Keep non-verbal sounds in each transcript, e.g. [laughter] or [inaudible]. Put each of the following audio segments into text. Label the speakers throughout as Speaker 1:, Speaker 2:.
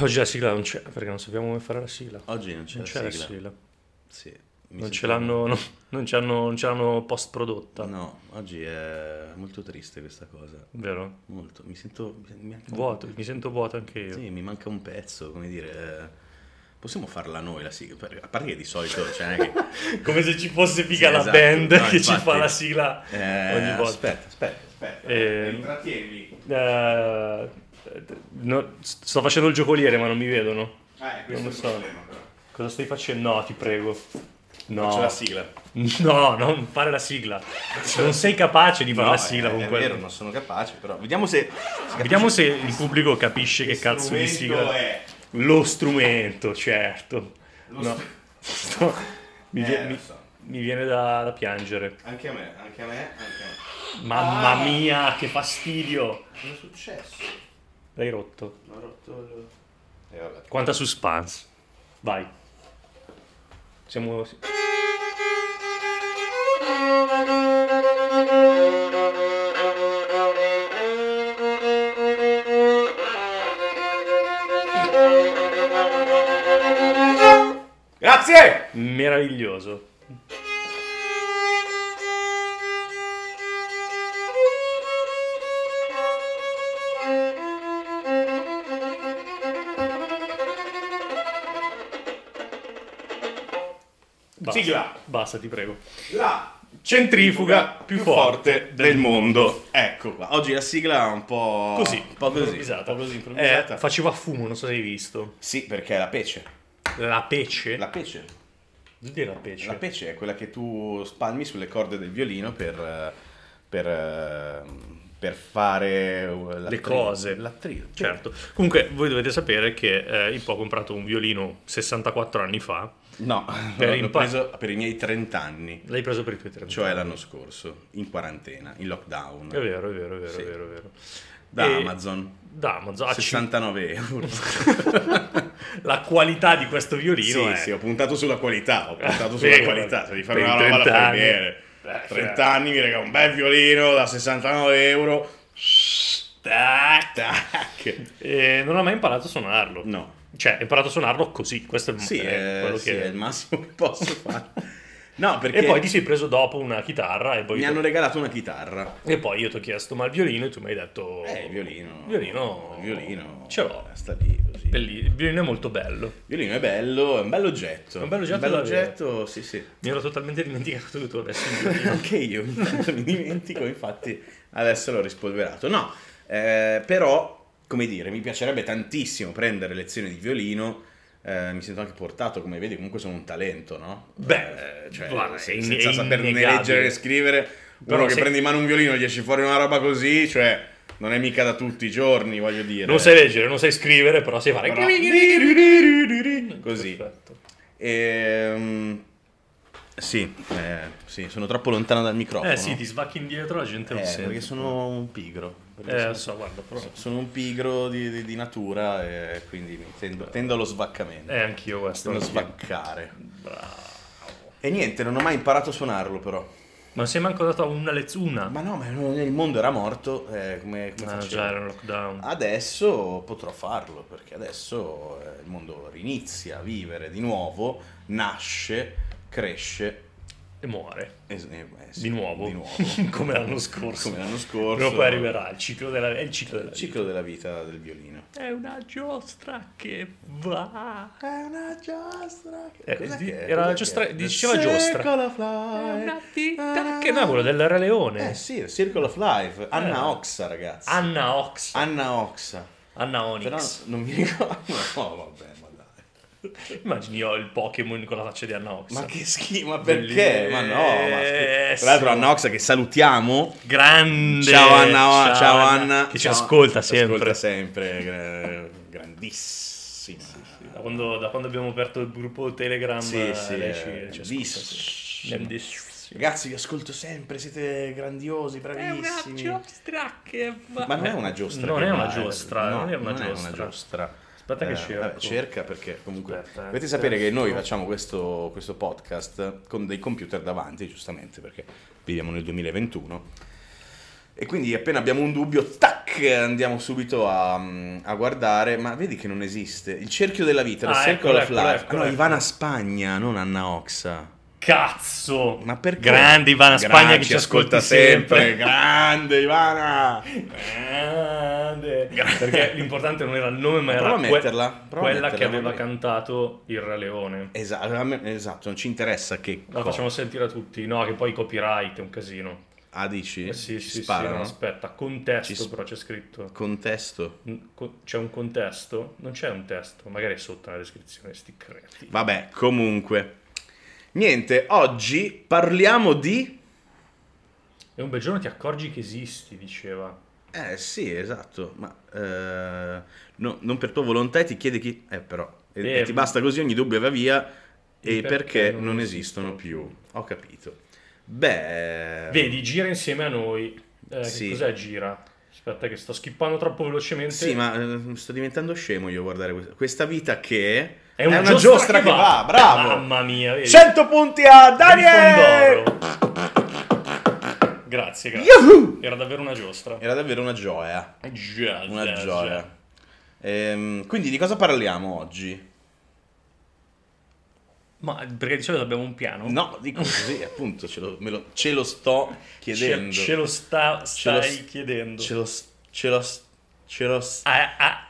Speaker 1: Oggi la sigla non c'è, perché non sappiamo come fare la sigla.
Speaker 2: Oggi non c'è,
Speaker 1: Non c'è
Speaker 2: la
Speaker 1: la
Speaker 2: sigla.
Speaker 1: sigla.
Speaker 2: Sì, mi
Speaker 1: Non ce,
Speaker 2: sento-
Speaker 1: l'hanno, no, non, ce l'hanno, non ce l'hanno post prodotta,
Speaker 2: No, oggi è molto triste questa cosa.
Speaker 1: vero?
Speaker 2: Molto. Mi sento... Mi manca un-
Speaker 1: Vuoto, mi sento vuoto anche io.
Speaker 2: Sì, mi manca un pezzo, come dire... eh, Possiamo farla noi la sigla? Per- A parte che di solito... Cioè, non è che...
Speaker 1: Come se ci fosse figa
Speaker 2: Sì,
Speaker 1: la
Speaker 2: esatto.
Speaker 1: band
Speaker 2: No,
Speaker 1: che ci
Speaker 2: infatti.
Speaker 1: fa la sigla [laughs]
Speaker 2: Eh,
Speaker 1: ogni volta.
Speaker 2: Aspetta, aspetta, aspetta.
Speaker 1: Eh,
Speaker 2: Intrattienimi.
Speaker 1: Eh, no, sto facendo il giocoliere ma non mi vedono.
Speaker 2: Ah, eh,
Speaker 1: non lo
Speaker 2: questo
Speaker 1: so.
Speaker 2: è il problema però.
Speaker 1: Cosa stai facendo? No, ti prego. No,
Speaker 2: Faccio la sigla.
Speaker 1: no, non fare la sigla. Non sei capace di fare
Speaker 2: No,
Speaker 1: la sigla
Speaker 2: è,
Speaker 1: con
Speaker 2: è
Speaker 1: quella.
Speaker 2: vero, non sono capace, però... Vediamo se...
Speaker 1: Vediamo se il pubblico capisce che cazzo di sigla.
Speaker 2: è...
Speaker 1: Lo strumento, certo.
Speaker 2: Lo
Speaker 1: No. [laughs]
Speaker 2: str-
Speaker 1: Sto- mi,
Speaker 2: Eh,
Speaker 1: vie-
Speaker 2: lo
Speaker 1: mi-
Speaker 2: so.
Speaker 1: mi viene da, da piangere.
Speaker 2: Anche a me, anche a me, anche a me.
Speaker 1: Mamma
Speaker 2: Ah!
Speaker 1: mia, che fastidio!
Speaker 2: Cosa è successo?
Speaker 1: L'hai rotto.
Speaker 2: Mi ha rotto il... E vabbè.
Speaker 1: Quanta suspense. Vai. Siamo...
Speaker 2: Grazie!
Speaker 1: Meraviglioso. Basta.
Speaker 2: Sigla.
Speaker 1: Basta, ti prego.
Speaker 2: La
Speaker 1: Centrifuga più, forte,
Speaker 2: del mondo. Ecco qua. Oggi la sigla è un po'
Speaker 1: Così,
Speaker 2: Oh, un po' così,
Speaker 1: improvvisata.
Speaker 2: un po' così improvvisata.
Speaker 1: Eh, faceva fumo, non so se hai visto.
Speaker 2: sì, perché è la pece.
Speaker 1: La pece?
Speaker 2: La pece.
Speaker 1: Vuol dire la pece?
Speaker 2: La pece è quella che tu spalmi sulle corde del violino per eh, per eh, per fare uh, la
Speaker 1: Le
Speaker 2: tri-
Speaker 1: cose.
Speaker 2: la tri-
Speaker 1: Certo. Comunque, voi dovete sapere che eh, Ippo ha comprato un violino 64 anni fa.
Speaker 2: cioè, No,
Speaker 1: Per
Speaker 2: [laughs] l'ho
Speaker 1: il pa-
Speaker 2: preso per i miei 30 anni,
Speaker 1: L'hai preso per i tuoi 30
Speaker 2: cioè l'anno scorso, in quarantena, in lockdown,
Speaker 1: È vero, è vero, è vero,
Speaker 2: Sì.
Speaker 1: è vero, è vero.
Speaker 2: da
Speaker 1: Eh E-
Speaker 2: Amazon.
Speaker 1: Da Amazon. Ah, ci-
Speaker 2: 69 euro.
Speaker 1: La qualità di questo violino
Speaker 2: sì,
Speaker 1: è...
Speaker 2: sì, ho puntato sulla qualità, ho puntato
Speaker 1: Eh,
Speaker 2: sulla
Speaker 1: sì,
Speaker 2: qualità,
Speaker 1: guarda,
Speaker 2: se devi fare
Speaker 1: per
Speaker 2: una
Speaker 1: i
Speaker 2: roba la
Speaker 1: 30
Speaker 2: fai
Speaker 1: anni.
Speaker 2: bene.
Speaker 1: Eh,
Speaker 2: 30
Speaker 1: cioè.
Speaker 2: anni mi regà un bel violino da 69 euro.
Speaker 1: Tac.
Speaker 2: Tac.
Speaker 1: E Eh, non ho mai imparato a suonarlo.
Speaker 2: No.
Speaker 1: Cioè, ho imparato a suonarlo così. Questo è,
Speaker 2: Sì,
Speaker 1: è
Speaker 2: eh,
Speaker 1: quello
Speaker 2: sì,
Speaker 1: che...
Speaker 2: è il massimo che posso fare. No, perché
Speaker 1: E poi ti sei preso dopo una chitarra e poi,
Speaker 2: mi hanno regalato una chitarra.
Speaker 1: e poi io ti ho chiesto ma il violino e tu mi hai detto...
Speaker 2: Eh, il violino.
Speaker 1: Violino.
Speaker 2: Il violino.
Speaker 1: Ce l'ho.
Speaker 2: Sta lì così.
Speaker 1: Belli- Il violino è molto bello.
Speaker 2: Il violino è bello, è un bello oggetto.
Speaker 1: È un bello oggetto
Speaker 2: bello
Speaker 1: da avere.
Speaker 2: oggetto, sì, sì.
Speaker 1: Mi ero totalmente dimenticato che tu avessi il violino.
Speaker 2: [laughs] Anche io ogni tanto mi dimentico, infatti adesso l'ho rispolverato. No, eh, però, come dire, mi piacerebbe tantissimo prendere lezioni di violino. eh, mi sento anche portato, come vedi, comunque sono un talento, no?
Speaker 1: Beh,
Speaker 2: Eh, cioè,
Speaker 1: guarda,
Speaker 2: se-
Speaker 1: è in-
Speaker 2: senza
Speaker 1: è
Speaker 2: saper né
Speaker 1: innegabile.
Speaker 2: leggere né scrivere,
Speaker 1: Però
Speaker 2: uno che
Speaker 1: se-
Speaker 2: prende in mano un violino e gli esce fuori una roba così, cioè, non è mica da tutti i giorni, voglio dire.
Speaker 1: Non sai leggere, non sai scrivere, però sai fare...
Speaker 2: Però- Così.
Speaker 1: Perfetto.
Speaker 2: Ehm, sì, eh, sì, sono troppo lontano dal microfono.
Speaker 1: Eh sì, ti sbacchi indietro, la gente
Speaker 2: Eh,
Speaker 1: non sente.
Speaker 2: perché sono un pigro. Perché
Speaker 1: Eh,
Speaker 2: sono-
Speaker 1: lo so, guarda, però...
Speaker 2: Sono un pigro di, di- di natura e quindi mi tendo, tendo allo svaccamento.
Speaker 1: Eh, anch'io questo.
Speaker 2: Tendo a
Speaker 1: anch'io.
Speaker 2: svaccare.
Speaker 1: Bravo.
Speaker 2: E niente, non ho mai imparato a suonarlo però.
Speaker 1: Ma non sei manco dato a una lezione.
Speaker 2: Ma no, ma non- il mondo era morto, eh, come, come
Speaker 1: Ah,
Speaker 2: facevo?
Speaker 1: già era un lockdown.
Speaker 2: Adesso potrò farlo perché adesso eh, il mondo rinizia a vivere di nuovo, nasce, cresce.
Speaker 1: E muore.
Speaker 2: e- e- eh, sì,
Speaker 1: Di nuovo.
Speaker 2: Di nuovo.
Speaker 1: [laughs] Come l'anno scorso.
Speaker 2: Come l'anno scorso.
Speaker 1: Prima o poi arriverà il ciclo della... È il ciclo della
Speaker 2: Il ciclo della vita del violino.
Speaker 1: vita. È una giostra che va.
Speaker 2: È una giostra.
Speaker 1: Eh, di- era la giostra- diceva giostra.
Speaker 2: Circle of Life.
Speaker 1: vita Che no, quello del Re Leone.
Speaker 2: Ah. Eh sì, il Circle of Life. Anna Oxa, ragazzi.
Speaker 1: Anna Ox.
Speaker 2: Anna Oxa.
Speaker 1: Anna
Speaker 2: Ah, Però
Speaker 1: Onyx.
Speaker 2: non mi ricordo. [laughs] No, vabbè, ma dai.
Speaker 1: Immagini io il Pokémon con la faccia di Anna Ox.
Speaker 2: Ma che schifo, ma perché? Ma no, ma schi-
Speaker 1: Bellissimo.
Speaker 2: Tra l'altro Anna Oxa che salutiamo.
Speaker 1: Grande.
Speaker 2: Ciao Anna, ciao, Anna.
Speaker 1: Che ci
Speaker 2: Ciao.
Speaker 1: ascolta
Speaker 2: Ci
Speaker 1: sempre.
Speaker 2: ascolta sempre, gra- grandissima.
Speaker 1: Da quando, da quando abbiamo aperto il gruppo Telegram,
Speaker 2: Sì,
Speaker 1: eh,
Speaker 2: sì,
Speaker 1: lei
Speaker 2: eh,
Speaker 1: ci- ci ascolta,
Speaker 2: dis-
Speaker 1: sì. Nel dis-
Speaker 2: Ragazzi, vi ascolto sempre, siete grandiosi, bravissimi.
Speaker 1: giostra che va-
Speaker 2: Ma non è una giostra.
Speaker 1: Non
Speaker 2: che
Speaker 1: è una
Speaker 2: va, eh.
Speaker 1: giostra, non è una giostra.
Speaker 2: giostra.
Speaker 1: Aspetta che
Speaker 2: Eh,
Speaker 1: cerco.
Speaker 2: vabbè, cerca perché comunque
Speaker 1: Aspetta, eh.
Speaker 2: dovete sapere che noi
Speaker 1: Aspetta.
Speaker 2: facciamo questo, questo podcast con dei computer davanti, giustamente perché viviamo nel 2021 E quindi appena abbiamo un dubbio, tac, andiamo subito a, a guardare, ma vedi che non esiste. Il cerchio della vita, The
Speaker 1: Ah,
Speaker 2: Circle
Speaker 1: eccolo,
Speaker 2: of
Speaker 1: eccolo,
Speaker 2: Life.
Speaker 1: eccolo,
Speaker 2: no,
Speaker 1: eccolo.
Speaker 2: Ivana Spagna, non Anna Oxa.
Speaker 1: Cazzo!
Speaker 2: Ma perché?
Speaker 1: Grande Ivana
Speaker 2: Gra-
Speaker 1: Spagna che
Speaker 2: ci
Speaker 1: ci ascolta [laughs]
Speaker 2: Grande Ivana!
Speaker 1: Grande. Perché l'importante non era il nome, ma
Speaker 2: Prova
Speaker 1: era
Speaker 2: a
Speaker 1: que-
Speaker 2: metterla, prova a
Speaker 1: quella che
Speaker 2: metterla.
Speaker 1: aveva cantato il Re Leone.
Speaker 2: Esatto, a me- esatto, non ci interessa che...
Speaker 1: La
Speaker 2: cosa.
Speaker 1: facciamo sentire a tutti. No, che poi copyright è un casino.
Speaker 2: Ah, dici?
Speaker 1: Eh sì,
Speaker 2: Ci
Speaker 1: sì, sì,
Speaker 2: sparano?
Speaker 1: no, aspetta, contesto
Speaker 2: Ci s-
Speaker 1: però c'è scritto.
Speaker 2: Contesto.
Speaker 1: Co- C'è un contesto? Non c'è un testo, magari è sotto nella descrizione, sti creti.
Speaker 2: Vabbè, comunque. Niente, oggi parliamo di...
Speaker 1: E un bel giorno ti accorgi che esisti, diceva.
Speaker 2: Eh sì, esatto, ma eh, no, non per tua volontà e ti chiede chi... Eh però, e-
Speaker 1: Eh,
Speaker 2: e ti basta così ogni dubbio va via e
Speaker 1: E
Speaker 2: perché,
Speaker 1: perché
Speaker 2: non,
Speaker 1: non esistono
Speaker 2: esistono più. Ho capito. Beh...
Speaker 1: Vedi, gira insieme a noi. Eh,
Speaker 2: Sì.
Speaker 1: Che cos'è gira? Aspetta che sto skippando troppo velocemente.
Speaker 2: Sì, ma eh, sto diventando scemo io a guardare questa, questa vita che
Speaker 1: È una,
Speaker 2: giostra, che va, bravo!
Speaker 1: Mamma mia, vedi?
Speaker 2: 100 punti a
Speaker 1: Del
Speaker 2: Daniel!
Speaker 1: Fondoro. Grazie, grazie.
Speaker 2: Yahoo!
Speaker 1: Era davvero una giostra.
Speaker 2: Era davvero una gioia.
Speaker 1: Già,
Speaker 2: Una
Speaker 1: già,
Speaker 2: gioia.
Speaker 1: già.
Speaker 2: Ehm, quindi di cosa parliamo oggi?
Speaker 1: Ma perché di solito abbiamo un piano?
Speaker 2: No, dico
Speaker 1: [laughs]
Speaker 2: così, appunto, ce lo, me lo- ce lo sto chiedendo.
Speaker 1: Ce, ce lo sta,
Speaker 2: Ce lo
Speaker 1: stai
Speaker 2: s-
Speaker 1: chiedendo.
Speaker 2: Ce lo... s- Ce lo... s- Ce lo... s-
Speaker 1: Ah, ah.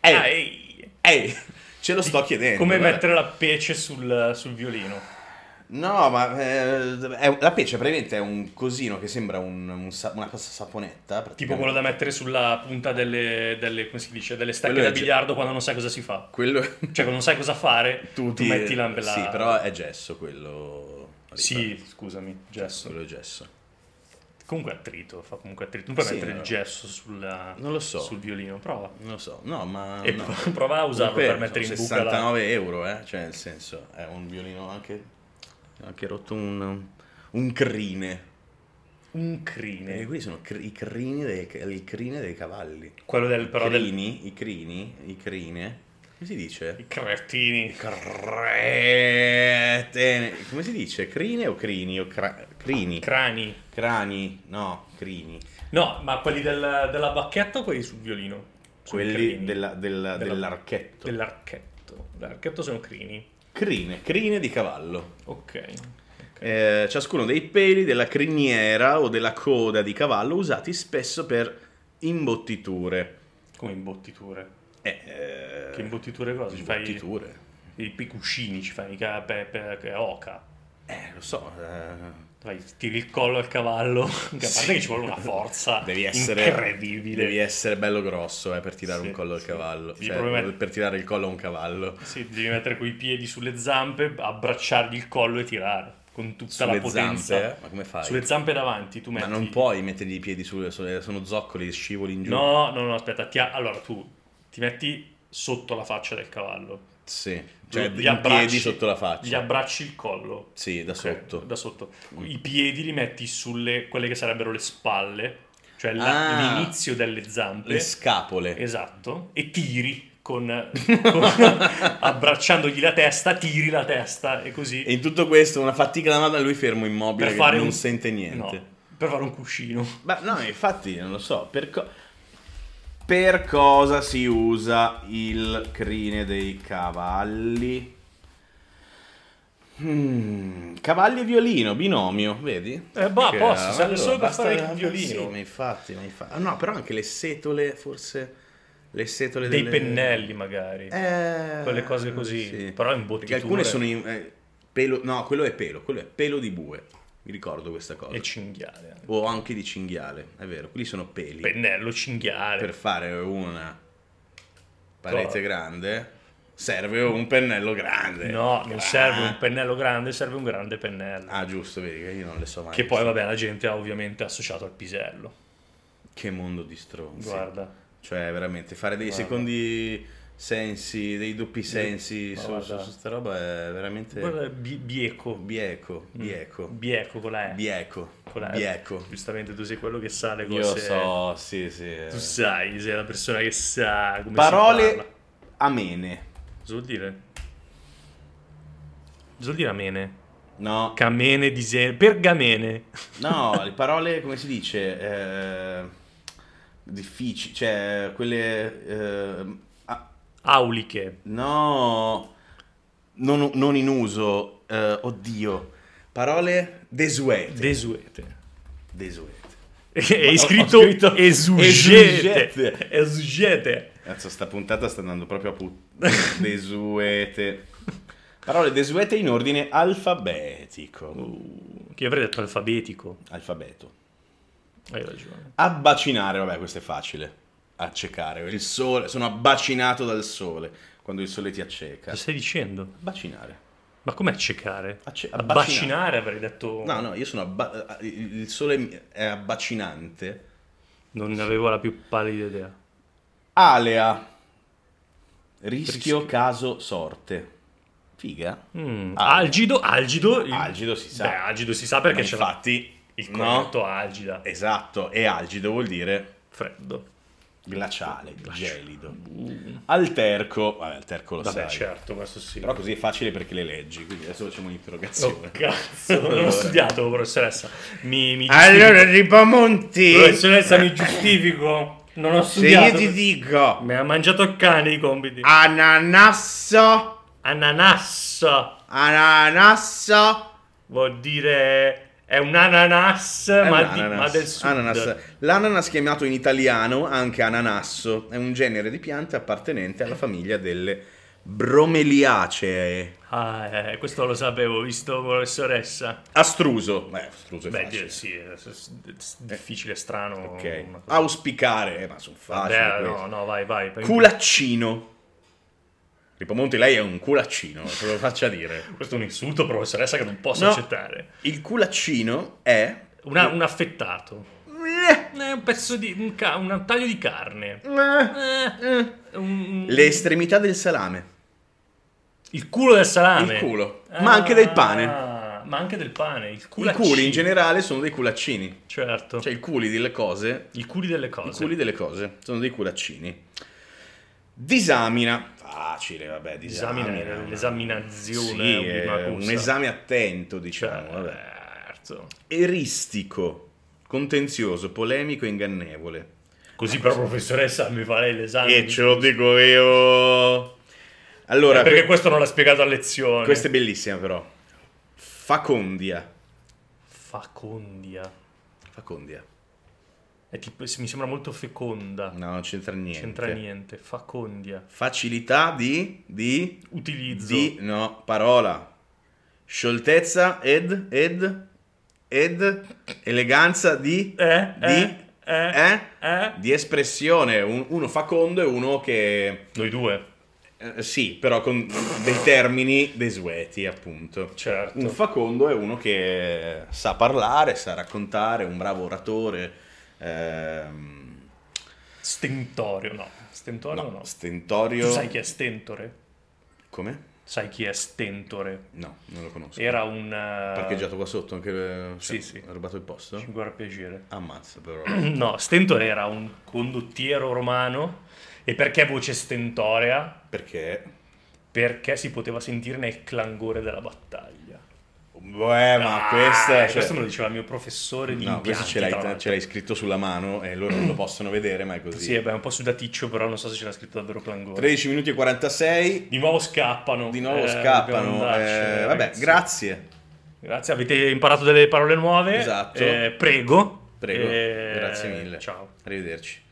Speaker 2: Ehi.
Speaker 1: Ah, ehi.
Speaker 2: Ehi, ce lo sto chiedendo.
Speaker 1: Come
Speaker 2: vabbè.
Speaker 1: mettere la pece sul, sul violino.
Speaker 2: No, ma eh, è un- la pece praticamente è un cosino che sembra un, un sa- una saponetta.
Speaker 1: Tipo quello da mettere sulla punta delle, delle- come si dice, delle stecche
Speaker 2: Quello è
Speaker 1: da
Speaker 2: ge-
Speaker 1: biliardo quando non sai cosa si fa.
Speaker 2: Quello...
Speaker 1: Cioè, quando non sai cosa fare, tu,
Speaker 2: ti-
Speaker 1: metti la, la...
Speaker 2: [laughs] Sì, però è gesso quello.
Speaker 1: Sì, scusami, gesso.
Speaker 2: Quello è gesso.
Speaker 1: Comunque attrito, fa comunque attrito. Non puoi
Speaker 2: Sì,
Speaker 1: mettere
Speaker 2: no.
Speaker 1: il gesso sulla-
Speaker 2: Non lo so.
Speaker 1: sul violino, prova.
Speaker 2: Non lo so, no, ma.
Speaker 1: E
Speaker 2: no.
Speaker 1: pro- [laughs] prova a usarlo
Speaker 2: Comunque
Speaker 1: per mettere in
Speaker 2: sono
Speaker 1: buca la-
Speaker 2: 69 euro, eh? Cioè, nel senso, è un violino anche. ha anche rotto un. un crine.
Speaker 1: Un
Speaker 2: E
Speaker 1: crine.
Speaker 2: quelli sono cr- i crini dei, il crine dei cavalli.
Speaker 1: Quello del, però, del...
Speaker 2: crini, i crini, i crine. Come si dice?
Speaker 1: I cretini.
Speaker 2: Cretene. Come si dice? Crine o crini? O cra- crini?
Speaker 1: Crani.
Speaker 2: Crani? No, crini.
Speaker 1: No, ma quelli del- della bacchetta o quelli sul violino? Sono
Speaker 2: quelli
Speaker 1: crini.
Speaker 2: della- della-
Speaker 1: Della-
Speaker 2: dell'archetto.
Speaker 1: Dell'archetto. Dell'archetto sono crini.
Speaker 2: Crine, crine di cavallo.
Speaker 1: Ok.
Speaker 2: Eh, ciascuno dei peli della criniera o della coda di cavallo usati spesso per imbottiture.
Speaker 1: Come imbottiture.
Speaker 2: Eh, eh,
Speaker 1: Che imbottiture cosa? Ci fai i,
Speaker 2: Imbottiture.
Speaker 1: i picuscini, ci fai mica pepe, che è oca.
Speaker 2: Eh, lo so. eh,
Speaker 1: Vai, tiri il collo al cavallo. [laughs] Che A parte
Speaker 2: Sì.
Speaker 1: che ci vuole una forza
Speaker 2: [laughs] Devi essere,
Speaker 1: Ah, incredibile.
Speaker 2: Devi essere bello grosso eh, per tirare
Speaker 1: Sì,
Speaker 2: un collo al
Speaker 1: sì.
Speaker 2: cavallo.
Speaker 1: Sì,
Speaker 2: Cioè,
Speaker 1: probabilmente-
Speaker 2: Per tirare il collo a un cavallo.
Speaker 1: Sì, ti devi mettere coi piedi sulle zampe, abbracciargli il collo e tirare con tutta la
Speaker 2: Sulle
Speaker 1: potenza.
Speaker 2: zampe, eh? Ma come fai?
Speaker 1: Sulle zampe davanti, tu
Speaker 2: Ma
Speaker 1: metti
Speaker 2: non puoi mettergli i piedi sulle, sulle- sono zoccoli, scivoli in giù.
Speaker 1: No, no, no, aspetta, ti a- allora tu ti metti sotto la faccia del cavallo.
Speaker 2: Sì. Cioè,
Speaker 1: Gli
Speaker 2: in piedi
Speaker 1: abbracci-
Speaker 2: sotto la faccia.
Speaker 1: Gli abbracci il collo.
Speaker 2: Sì, da
Speaker 1: Ok,
Speaker 2: sotto.
Speaker 1: Ecco, Da sotto. I piedi li metti sulle quelle che sarebbero le spalle, cioè
Speaker 2: Ah.
Speaker 1: la- l'inizio delle zampe.
Speaker 2: Le scapole.
Speaker 1: Esatto, e tiri
Speaker 2: [laughs]
Speaker 1: con, con- abbracciandogli la testa, tiri la testa e così
Speaker 2: E in tutto questo, una fatica da madonna, lui fermo immobile,
Speaker 1: per
Speaker 2: che
Speaker 1: fare
Speaker 2: non
Speaker 1: un-
Speaker 2: sente niente.
Speaker 1: no, per fare un cuscino.
Speaker 2: Ma no, infatti, non lo so, per, co- per cosa si usa il crine dei cavalli? Mm, cavalli e violino, binomio, vedi?
Speaker 1: Eh, bah,
Speaker 2: Che-
Speaker 1: posso, serve solo per
Speaker 2: ah, basta-
Speaker 1: fare il violino.
Speaker 2: Sì, ma infatti, ma infatti. Ah, No, però anche le setole, forse, le setole
Speaker 1: Dei
Speaker 2: delle-
Speaker 1: pennelli magari.
Speaker 2: Eh,
Speaker 1: Quelle cose così. Però in bottitura.
Speaker 2: Perché alcune sono in, eh, pelo, no, quello è pelo, quello è pelo di bue. Mi ricordo questa cosa.
Speaker 1: E cinghiale. anche.
Speaker 2: o anche di cinghiale, è vero, quelli sono peli.
Speaker 1: Pennello, cinghiale.
Speaker 2: per fare una parete
Speaker 1: Cosa?
Speaker 2: grande serve un pennello grande.
Speaker 1: No, non
Speaker 2: Gra-
Speaker 1: serve un pennello grande, serve un grande pennello.
Speaker 2: Ah, giusto, vedi che io non le so mai.
Speaker 1: che poi, vabbè, la gente ha ovviamente associato al pisello.
Speaker 2: Che mondo di stronzi.
Speaker 1: Guarda.
Speaker 2: Cioè, veramente, fare dei
Speaker 1: Guarda.
Speaker 2: secondi sensi, dei doppi sensi
Speaker 1: Ma
Speaker 2: su, su,
Speaker 1: guarda.
Speaker 2: su sta roba è veramente...
Speaker 1: Guarda, Mm. bi- bieco.
Speaker 2: Bieco, bieco.
Speaker 1: Bieco con la E.
Speaker 2: Bieco.
Speaker 1: Con la E.
Speaker 2: Bieco.
Speaker 1: Giustamente tu sei quello che sa le
Speaker 2: Io
Speaker 1: cose.
Speaker 2: so, sì, sì. eh.
Speaker 1: Tu sai, sei la persona che sa come si
Speaker 2: Parole
Speaker 1: parla.
Speaker 2: amene.
Speaker 1: Cosa vuol dire? Cosa vuol dire amene?
Speaker 2: No,
Speaker 1: Camene, disegno, pergamene.
Speaker 2: no, le parole, come si dice, eh, difficili, cioè quelle... eh, ah,
Speaker 1: Auliche.
Speaker 2: no, non, non in uso, eh, oddio, parole desuete.
Speaker 1: Desuete. [laughs]
Speaker 2: desuete.
Speaker 1: È
Speaker 2: ho
Speaker 1: scritto
Speaker 2: scritto
Speaker 1: [laughs] esugete.
Speaker 2: esugete.
Speaker 1: Esugete.
Speaker 2: Cazzo, sta puntata sta andando proprio a puttana. [laughs] Desuete. Parole desuete in ordine alfabetico.
Speaker 1: Uh, che avrei detto alfabetico.
Speaker 2: Alfabeto.
Speaker 1: Hai ragione.
Speaker 2: Abbacinare, vabbè, questo è facile. Accecare. Il sole, sono abbacinato dal sole. Quando il sole ti acceca.
Speaker 1: Cosa stai dicendo?
Speaker 2: Abbacinare.
Speaker 1: Ma com'è accecare?
Speaker 2: Acce- abbacinare.
Speaker 1: Abbacinare avrei detto.
Speaker 2: No, no, io sono abba- il il sole mi- è abbacinante.
Speaker 1: Non ne avevo la più pallida idea.
Speaker 2: Alea. Rischio,
Speaker 1: Rischio.
Speaker 2: caso, sorte. Figa.
Speaker 1: Mm,
Speaker 2: Ah.
Speaker 1: Algido, algido. il-
Speaker 2: Algido si sa.
Speaker 1: Beh, algido si sa perché
Speaker 2: Ma
Speaker 1: c'è la-
Speaker 2: infatti
Speaker 1: il
Speaker 2: no.
Speaker 1: corretto algida.
Speaker 2: Esatto, e algido vuol dire
Speaker 1: Freddo.
Speaker 2: glaciale, gelido.
Speaker 1: Uh,
Speaker 2: Alterco, vabbè, alterco lo
Speaker 1: Vabbè,
Speaker 2: sai.
Speaker 1: certo, questo sì.
Speaker 2: Però così è facile perché le leggi, quindi adesso facciamo un'interrogazione.
Speaker 1: Oh, cazzo, non ho
Speaker 2: Allora.
Speaker 1: studiato, professoressa. Mi, mi
Speaker 2: Ripamonti,
Speaker 1: giustifico. Professoressa, mi giustifico. Non ho studiato.
Speaker 2: dico Ah.
Speaker 1: Mi ha mangiato il cane i compiti.
Speaker 2: ananasso,
Speaker 1: Ananasso.
Speaker 2: ananasso,
Speaker 1: Vuol dire... È un ananas, ma, di- ma del sud.
Speaker 2: Ananas. L'ananas chiamato in italiano anche ananasso è un genere di piante appartenente alla famiglia delle bromeliacee.
Speaker 1: Ah, eh, questo lo sapevo, visto professoressa.
Speaker 2: Astruso, beh, astruso è
Speaker 1: Beh,
Speaker 2: facile.
Speaker 1: sì, è s- s- difficile, strano.
Speaker 2: Ok.
Speaker 1: una cosa.
Speaker 2: Auspicare, eh, ma sono facili.
Speaker 1: Vabbè,
Speaker 2: queste.
Speaker 1: no, no, vai, vai. per-
Speaker 2: Culaccino. Ripamonti, lei è un culaccino, se lo faccia dire.
Speaker 1: Questo è un insulto, professoressa, che non posso
Speaker 2: No.
Speaker 1: accettare.
Speaker 2: Il culaccino è...
Speaker 1: Una- un affettato. È un pezzo di... un, ca- un taglio di carne. Eh, un-
Speaker 2: Le estremità del salame.
Speaker 1: Il culo del salame. Ah,
Speaker 2: Il culo. Ma anche del pane.
Speaker 1: Ma anche del pane. Il culo.
Speaker 2: I culi in generale sono dei culaccini.
Speaker 1: Certo.
Speaker 2: Cioè i culi delle cose...
Speaker 1: I culi delle cose.
Speaker 2: I culi delle cose sono dei culaccini. Disamina. Facile, vabbè, disamina.
Speaker 1: L'esamina- l'esaminazione.
Speaker 2: Sì,
Speaker 1: è
Speaker 2: è
Speaker 1: una
Speaker 2: un
Speaker 1: cosa. Cioè,
Speaker 2: esame attento, diciamo. vabbè.
Speaker 1: Certo.
Speaker 2: Eristico, contenzioso, polemico e ingannevole.
Speaker 1: Così però professoressa mi farei l'esame.
Speaker 2: E cioè, ce lo dico io. Allora,
Speaker 1: Eh, Perché questo non l'ha spiegato a lezione.
Speaker 2: questa è bellissima però. Facondia.
Speaker 1: Facondia.
Speaker 2: Facondia.
Speaker 1: È tipo, mi sembra molto feconda.
Speaker 2: No, non c'entra niente.
Speaker 1: Ah. C'entra niente. Facondia.
Speaker 2: Facilità di di
Speaker 1: Utilizzo.
Speaker 2: di no, parola. Scioltezza ed ed ed eleganza di
Speaker 1: Eh?
Speaker 2: di
Speaker 1: Eh? Eh?
Speaker 2: eh?
Speaker 1: eh?
Speaker 2: di espressione, Un- uno facondo e uno che
Speaker 1: Noi due.
Speaker 2: Eh, sì, però con dei termini desueti, appunto.
Speaker 1: Certo.
Speaker 2: Un facondo è uno che sa parlare, sa raccontare, è un bravo oratore. ehm,
Speaker 1: Stentorio, no. Stentorio no.
Speaker 2: no, stentorio.
Speaker 1: Tu sai chi è Stentore?
Speaker 2: Come?
Speaker 1: Sai chi è Stentore?
Speaker 2: No, non lo conosco.
Speaker 1: Era un... eh,
Speaker 2: Parcheggiato qua sotto, anche eh,
Speaker 1: Sì,
Speaker 2: cioè,
Speaker 1: sì.
Speaker 2: Ha rubato il posto?
Speaker 1: Ci guarda piacere.
Speaker 2: Ammazza,
Speaker 1: [clears throat]
Speaker 2: però.
Speaker 1: No, Stentore era un condottiero romano. E perché voce stentorea?
Speaker 2: Perché?
Speaker 1: Perché si poteva sentire nel clangore della battaglia.
Speaker 2: Beh, ma
Speaker 1: Ah,
Speaker 2: questa. cioè-
Speaker 1: Questo me lo diceva il mio professore di
Speaker 2: No, questo
Speaker 1: impianti,
Speaker 2: ce
Speaker 1: tra
Speaker 2: l'hai,
Speaker 1: l'altro.
Speaker 2: ce l'hai scritto sulla mano e loro non
Speaker 1: [clears throat]
Speaker 2: lo possono vedere, ma è così.
Speaker 1: Sì, beh, un po' sudaticcio, però non so se c'era scritto davvero clangore.
Speaker 2: 13 minuti e 46.
Speaker 1: Di nuovo scappano.
Speaker 2: Di nuovo
Speaker 1: Eh, dobbiamo
Speaker 2: scappano.
Speaker 1: andarcene,
Speaker 2: eh, vabbè,
Speaker 1: ragazzi.
Speaker 2: grazie.
Speaker 1: Grazie, avete imparato delle parole nuove.
Speaker 2: Esatto.
Speaker 1: Eh, prego.
Speaker 2: Prego.
Speaker 1: Eh,
Speaker 2: grazie mille.
Speaker 1: Ciao.
Speaker 2: Arrivederci.